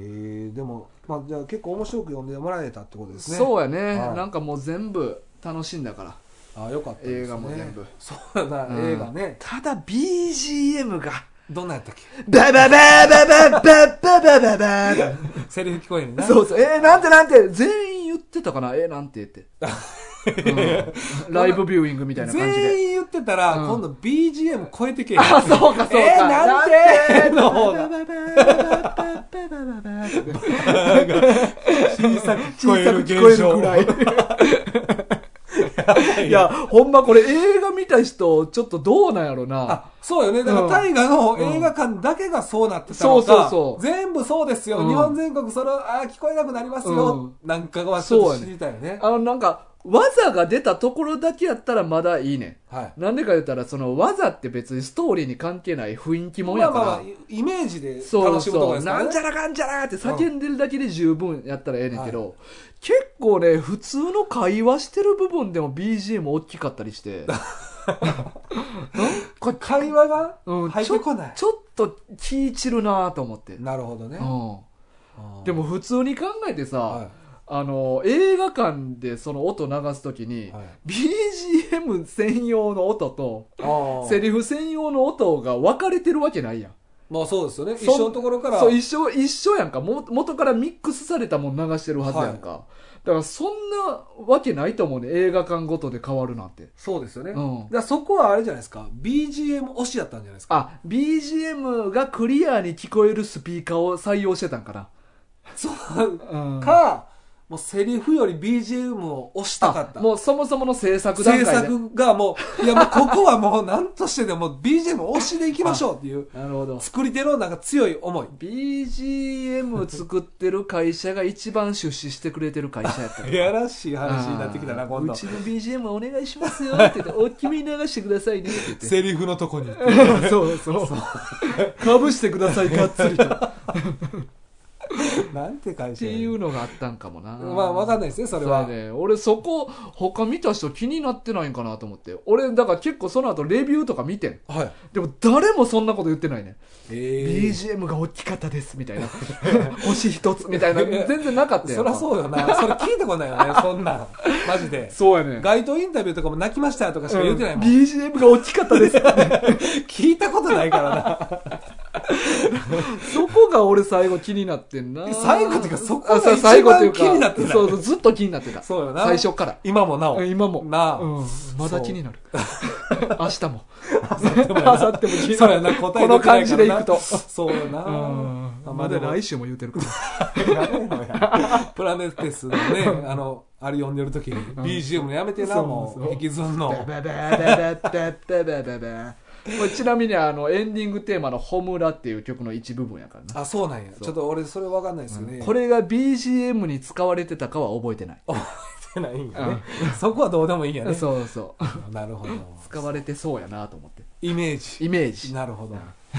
えでも、まあ、じゃあ結構面白く読んでもらえたってことですねうそうやね、はいなんかもう全部楽しんだからあよかったです、ね、映画も全部そうやな、うん映画ねただ BGM がどんなんやったっけバババババババババババセリフ聞こえへんねんなそうそう、えー、なんてなんて、全員言ってたかな、えー、なんてって、うんライブビューイングみたいな感じ全で。員言ってたら、うん今度 BGM 超えてけえへんあ、そうか、そうか。えーなんての方が小さく小さく聞こえるくらい。いや、ほんまこれ映画見た人、ちょっとどうなんやろな。あそうよねだからうん大河の映画館だけがそうなってたそのうそか、うそう全部そうですよ、うん日本全国それあー聞こえなくなりますよ、なんかはちょっと知りたいよねあの、なんか、技が出たところだけやったらまだいいねはいん。なんでか言ったら、その技って別にストーリーに関係ない雰囲気もんまやあかまら。あまあイメージでそ楽うしむとこでそう、すかならんねちゃらかんちゃらって叫んでるだけで十分やったらええねんけど、結構ね、普通の会話してる部分でも BGM 大きかったりして、これ会話がうん [laughs] 入ってこない、ちょっと気散るなと思って。うなるほどね、ん。あーでも、普通に考えてさ、はあの、映画館でその音流すときに、いはい BGM 専用の音と、あーセリフ専用の音が分かれてるわけないやん。まあそうですよね一そん緒のところからそう一緒一緒やんかも元からミックスされたもん流してるはずやんか、だからそんなわけないと思うね映画館ごとで変わるなんてそうですよね、うんだからそこはあれじゃないですか BGM 推しやったんじゃないですかあ BGM がクリアに聞こえるスピーカーを採用してたんかな、そううん、 [laughs] か、もうセリフより BGM を推したかったあもうそもそもの制作段制階で作がもう、いやもうここはもう何としてでも BGM 推しでいきましょうっていう、なるほど作り手のなんか強い思い。 BGM 作ってる会社が一番出資してくれてる会社やったやらしい話になってきたな、あー今度う。ちの BGM お願いしますよって言って大きめに流してくださいねって言ってセリフのとこに。 [laughs] そうそう。かぶしてください、がっつりと。っなんて会社てやいうのがあったんかもな。まあわかんないですね、それはそう。やね。俺そこ、他見た人気になってないんかなと思って。俺、だから結構その後レビューとか見てん。はい。でも誰もそんなこと言ってないね。え BGM が大きかったです、みたいな。 [laughs] 星一つ、みたいな。全然なかったー。よ。そりゃう。そうよな。それ聞いたことないよね、そんなん。マジで。そうやね。街頭インタビューとかも泣きましたとかしか言ってないもん。うん BGM が大きかったです。聞いたことないから [laughs] そこが俺最後気になってんな。な。最後っていうか、そこがあそう一番気になってそうた。そう、ずっと気になってた。そうよな。最初から。今もなお。今も。なあ。うん、まだ気になる。明日も。明な後日も気にそうなやる。な、答えこ出てないからなの感じでいくとそうやな。うん、ままあだでも来週も言うてるから。やめろや [laughs] プラネテスのね、あの、あれ読んでる時に、BGM やめてな、そうもそうう、引きずんバの。ババババババババこれちなみにあのエンディングテーマの「ホムラ」っていう曲の一部分やからな、あ、そうなんや。うちょっと俺、それわかんないですよね。これが BGM に使われてたかは覚えてない、覚えてないんやね。そこはどうでもいいんやね。そうそうなるほど。使われてそうやなと思ってイメーイメージ。ジなるほど。 [laughs]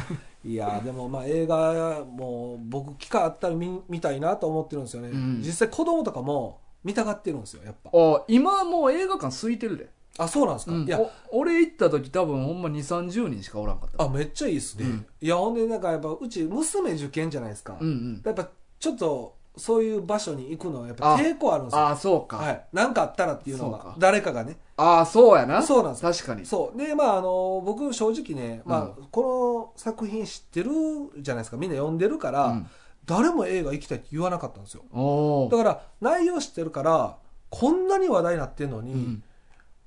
いやでもまあ映画も僕機会あったら見見たいなと思ってるんですよね、うん実際子供とかも見たがってるんですよやっぱあ今もう映画館空いてるで、あそうなんですか、うんいやお俺行った時多分ほんま2 3 0人しかおらんかったあめっちゃいいっすね、うんいやほんでなんかやっぱうち娘受験じゃないですか、うんうんやっぱちょっとそういう場所に行くのはやっぱ抵抗あるんですよああ、そうか。はい、なんかあったらっていうのそうがか誰かがねああ、そうやな。そうなんです確かに。そうでまああの僕正直ね、まあこの作品知ってるじゃないですかみんな読んでるから、うん誰も映画行きたいって言わなかったんですよおだーから内容知ってるからこんなに話題になってんのに、うん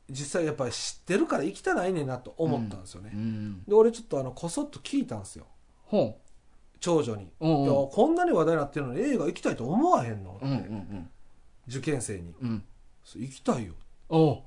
実際やっぱり知ってるから行きたないねんなと思ったんですよね、うん。で俺ちょっとあのこそっと聞いたんですよほん。長女に、うんいやこんなに話題になってるのに映画行きたいと思わへんの、うんうんうん受験生にうん。うん。そう行きたいよおう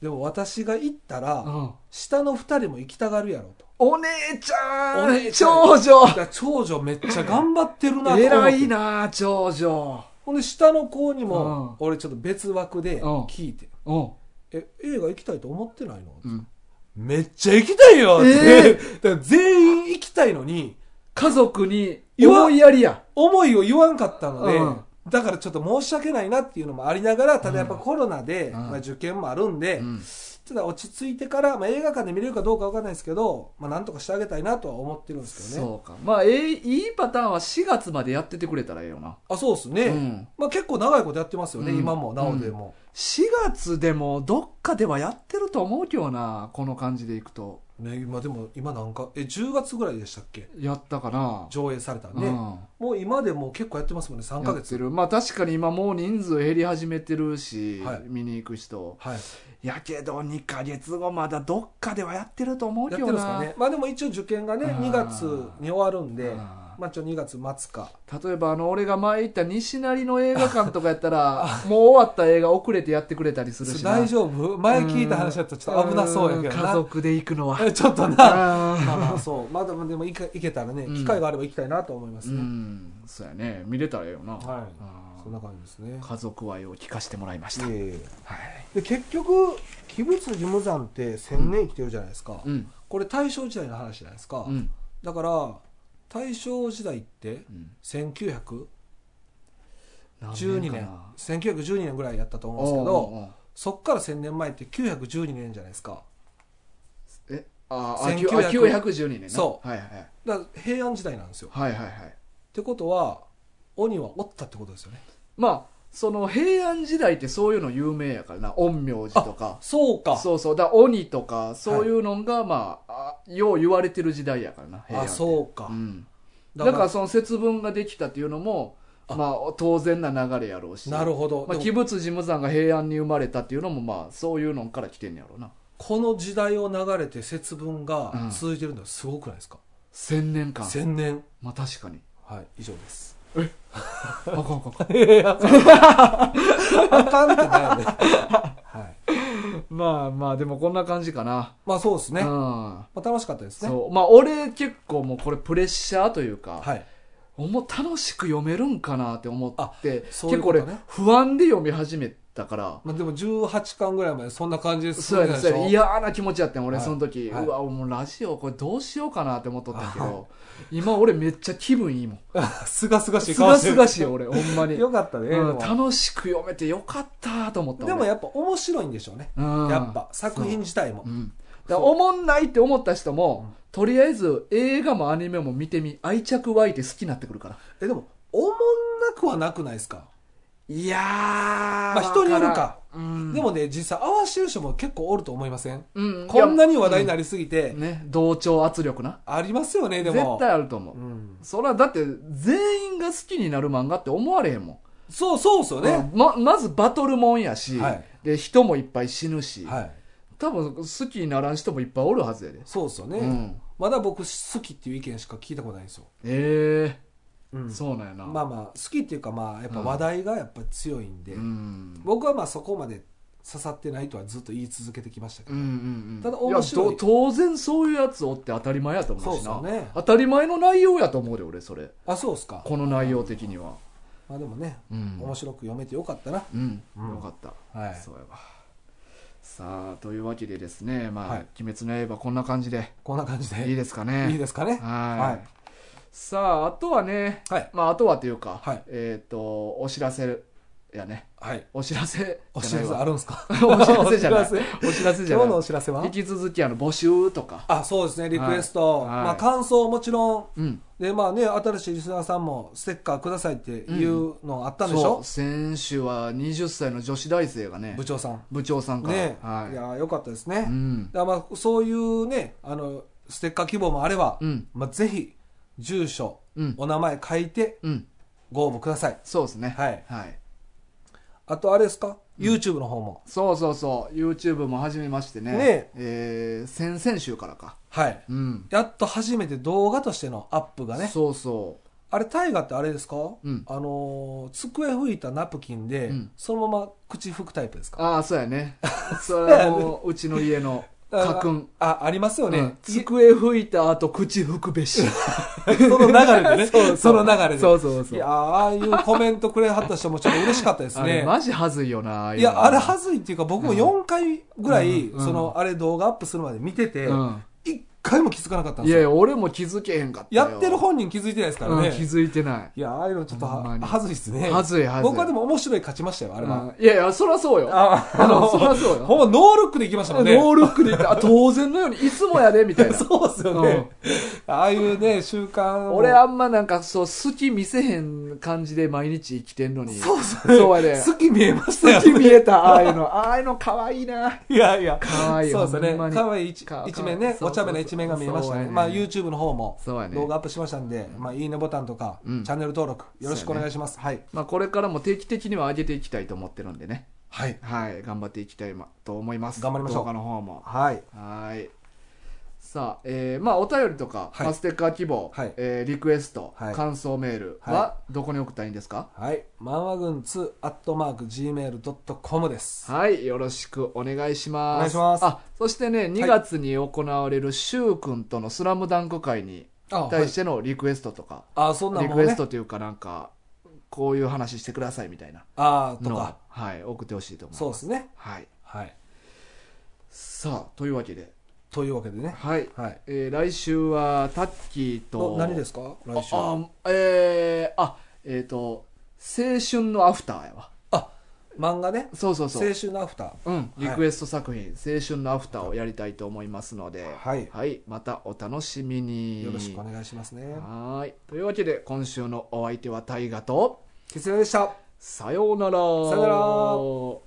でも私が行ったら、うん。下の二人も行きたがるやろとお姉ちゃんお姉ちゃん長だ女から長女めっちゃ頑張ってるなと思って偉いな長女ほんで下の子にもう俺ちょっと別枠でうん聞いてうん。 「え映画行きたいと思ってないのうん。めっちゃ行きたいよって、ええだから全員行きたいのに家族に弱思いやりや。思いを言わんかったので、うんだからちょっと申し訳ないなっていうのもありながらただやっぱコロナで、んまあ、受験もあるんで、うんちょっと落ち着いてから、まあ、映画館で見れるかどうかわかんないですけど、まあ、なんとかしてあげたいなとは思ってるんですけどねそうか。まあ、ええいいパターンは4月までやっててくれたらええよな。あそうですね、うんまあ、結構長いことやってますよね、うん今もなおでも、 4月でもどっかではやってると思うけどな。この感じでいくと。ね、今でも今なんかえ10月ぐらいでしたっけやったかな。上映されたんうで、ん。もう今でもう結構やってますもんね3やヶっ月てるまあ確かに今もう人数減り始めてるし、はい見に行く人はいやけど2か月後まだどっかではやってると思うやけってどるんですかなねまあでも一応受験がねあー2月に終わるんであーまあちょ2月末か例えばあの俺が前行った西成の映画館とかやったら [laughs] もう終わった映画遅れてやってくれたりするしな大丈夫前聞いた話だとちょっと危なそうやけどん家な族で行くのはちょっとなまああまあそうまあでもでもいかいけたらねうん機会があれば行きたいなと思いまーうすね、んそうやね見れたらええよな、はいあーそんな感じですね家族愛を聞かせてもらいました、いえいえはいで結局鬼物事務山って1000年生きてるじゃないですか、うんこれ大正時代の話じゃないですか、うんだから大正時代ってうん1912何年かな1912年ぐらいやったと思うんですおけうどおうおうそっから1000年前って912年じゃないですかえああ1900 912年なそうはいはいだから平安時代なんですよはいはいはいってことは鬼はおったってことですよねまあその平安時代ってそういうの有名やからな陰陽師とかそうかそうそうだから鬼とかそういうのが、まああよう言われてる時代やからな平安あってそうか、うん、だだかかららその節分ができたっていうのもあまあ当然な流れやろうしなるほど、まあ、で鬼も仏寺無惨が平安に生まれたっていうのもまあそういうのから来てんやろうなこの時代を流れて節分がうん続いてるのはすごくないですか、千年間1000年まあ確かにはい以上ですあかんあかんあ [laughs] かんあかんってな [laughs] るね、はい、まあまあでもこんな感じかな、まあそうですね、うまんあ、楽しかったですねそう。まあ、俺結構もうこれプレッシャーというか、はいおも楽しく読めるんかなって思って、そういう結構ことね俺不安で読み始めたから、まあ、でも18巻ぐらいまでそんな感じですそうやね、そうやね。や嫌な気持ちやってん、俺はいその時。はいうわ、もうラジオこれどうしようかなって思っとったけど、今俺めっちゃ気分いいもん。 [laughs] すがすがしいす顔がしてするがしいよ俺、ほんまに。よかったね、でうんも楽しく読めてよかったと思った。でもや,、やっぱ面白いんでしょうね、うん、やっぱ作品自体も、うん、だからおもんないって思った人も、とりあえず映画もアニメも見てみ愛着湧いて好きになってくるからえでもおもんなくはなくないですか、いやーまあ人によるわからんうん、でもね実際合わせる人も結構おると思いませんうん、こんなに話題にななりすぎて、ね同調圧力なありますよねで絶も対あると思う、うん、それはだって全員が好きになる漫画って思われへんもそうそうっすよん、ね、ままずバトルもんやし、はいで人もいっぱい死ぬし、はい多分好きにならん人もいっぱいおるはずやで、そうっすよね、うん、まだ僕好きっていう意見しか聞いたことないんですよ、えうえんそうなんやな、まあまあ好きっていうかまあやっぱ話題がやっぱ強いんで、うん、僕はまあそこまで刺さってないとはずっと言い続けてきましたけうど、んうんうん、ただ面白いやど当然そういうやつおって当たり前やと思うしなそうっすよね当たり前の内容やと思うで俺それあそうっすかこの内容的にはまあでもね、うん面白く読めてよかったなうん、うんよかった、はいそうやわさあというわけでですねまあ、はい鬼滅の刃こんな感じでこんな感じでいいいですかねいですかねはいはいさああとはねはいまああとはというか、はいえっ、とお知らせやねはい。お知らせお知らせあせるんですか [laughs] お知らせじゃないお知らせお知らせじゃ今日ないのお知らせは引き続きあの募集とかあ、そうですね、リクエスト。はいまはあ、い感想もちろん、うんで、まあね、新しいリスナーさんもステッカーくださいっていうのあったんでしそょう、先週は20歳の女子大生がね部長さん。部長さんから、ね、、はいいや、よかったですね。うんだからまあ、そういうね、あの、ステッカー希望もあれば、うんまあ、ぜひ、住所、うんお名前書いて、うんご応募ください。そうですねはいはい、あと、あれですか、?YouTube の方も。そうそうそう YouTube も始めましてねねえー先々週からかはい。うんやっと初めて動画としてのアップがね。そうそあれ、大河ってあれですか、うんあのー机拭いたナプキンで、うんそのまま口拭くタイプですうかああそうや [laughs] ねそれはもううちの家の家訓あ、ありますよね。うんい机拭いた後口拭くべし [laughs] その流れで [laughs] ね。そううの流れで。そうそうそういやーああいうコメントくれはった人もちょっと嬉しかったです [laughs] あれね。マジはずいよないいや、あれはずずいっていうか、僕も4回ぐらい、うんうんその、あれ動画アップするまで見てて、うん一回も気づかなかったんいですやいよ。や俺も気づけへんかったよやってる本人気づいてないですからうね。ん、気づいてないいや、ああいうのちょっとほんまはにはずいですね。はずいはずい僕はでも面白い勝ちましたよ、あれは。うんいやいやそらそうよああのそらそうよほんまノールックでいきましたもんね。ノールックで言ってあ当然のようにいつもやでみたい [laughs] なそうですよね。ああいうね、習慣を。俺あんまなんかそう好き見せへん感じで毎日生きてんのにそうそう。そうやで好き見えました好よきね。見えたああいうのああいうの可愛い [laughs] ないやいや。可愛いそうですほんまね。に可愛い一かか一面ね、そうそうそうお茶目な一面が見えましたそうね。やねまあ YouTube の方もそうやね動画アップしましたんで、まあいいねボタンとか、チうんャンネル登録よろしくお願いします。はい。まあこれからも定期的には上げていきたいと思ってるんでねはい。はい頑張っていきたいまと思います頑張りましょう動画の方もはい。はいさあ、えーまあお便りとか、はいまあステッカー希望、はいえーリクエスト、はい感想メールははどこに送ったらいいんですかはい。マンワグン2アットマーク Gmail.com です。はい、よろしくお願いします。お願いしますあ、そしてね、2月に行われるシュウ君とのスラムダンク会にあ、はい対してのリクエストとか、あ、そんなんリもクうエスね。トというかなんか、こういう話してくださいみたいなあーとのをか。、はい、送ってほしいと思いそうま。ですすね。はい。はい。さあ、というわけで、というわけでね。はい。はい。えー来週はタッキーとお、何ですか来週。あ、あえー、あ、えっ、と、青春のアフターやわ。あ、漫画ね。そうそうそう。青春のアフター。うん、リクエスト作品、青春のアフターをやりたいと思いますので、はいまたお楽しみに。よろしくお願いしますね。はい。というわけで、今週のお相手は大河と、キツネでした。さようなら。さようなら。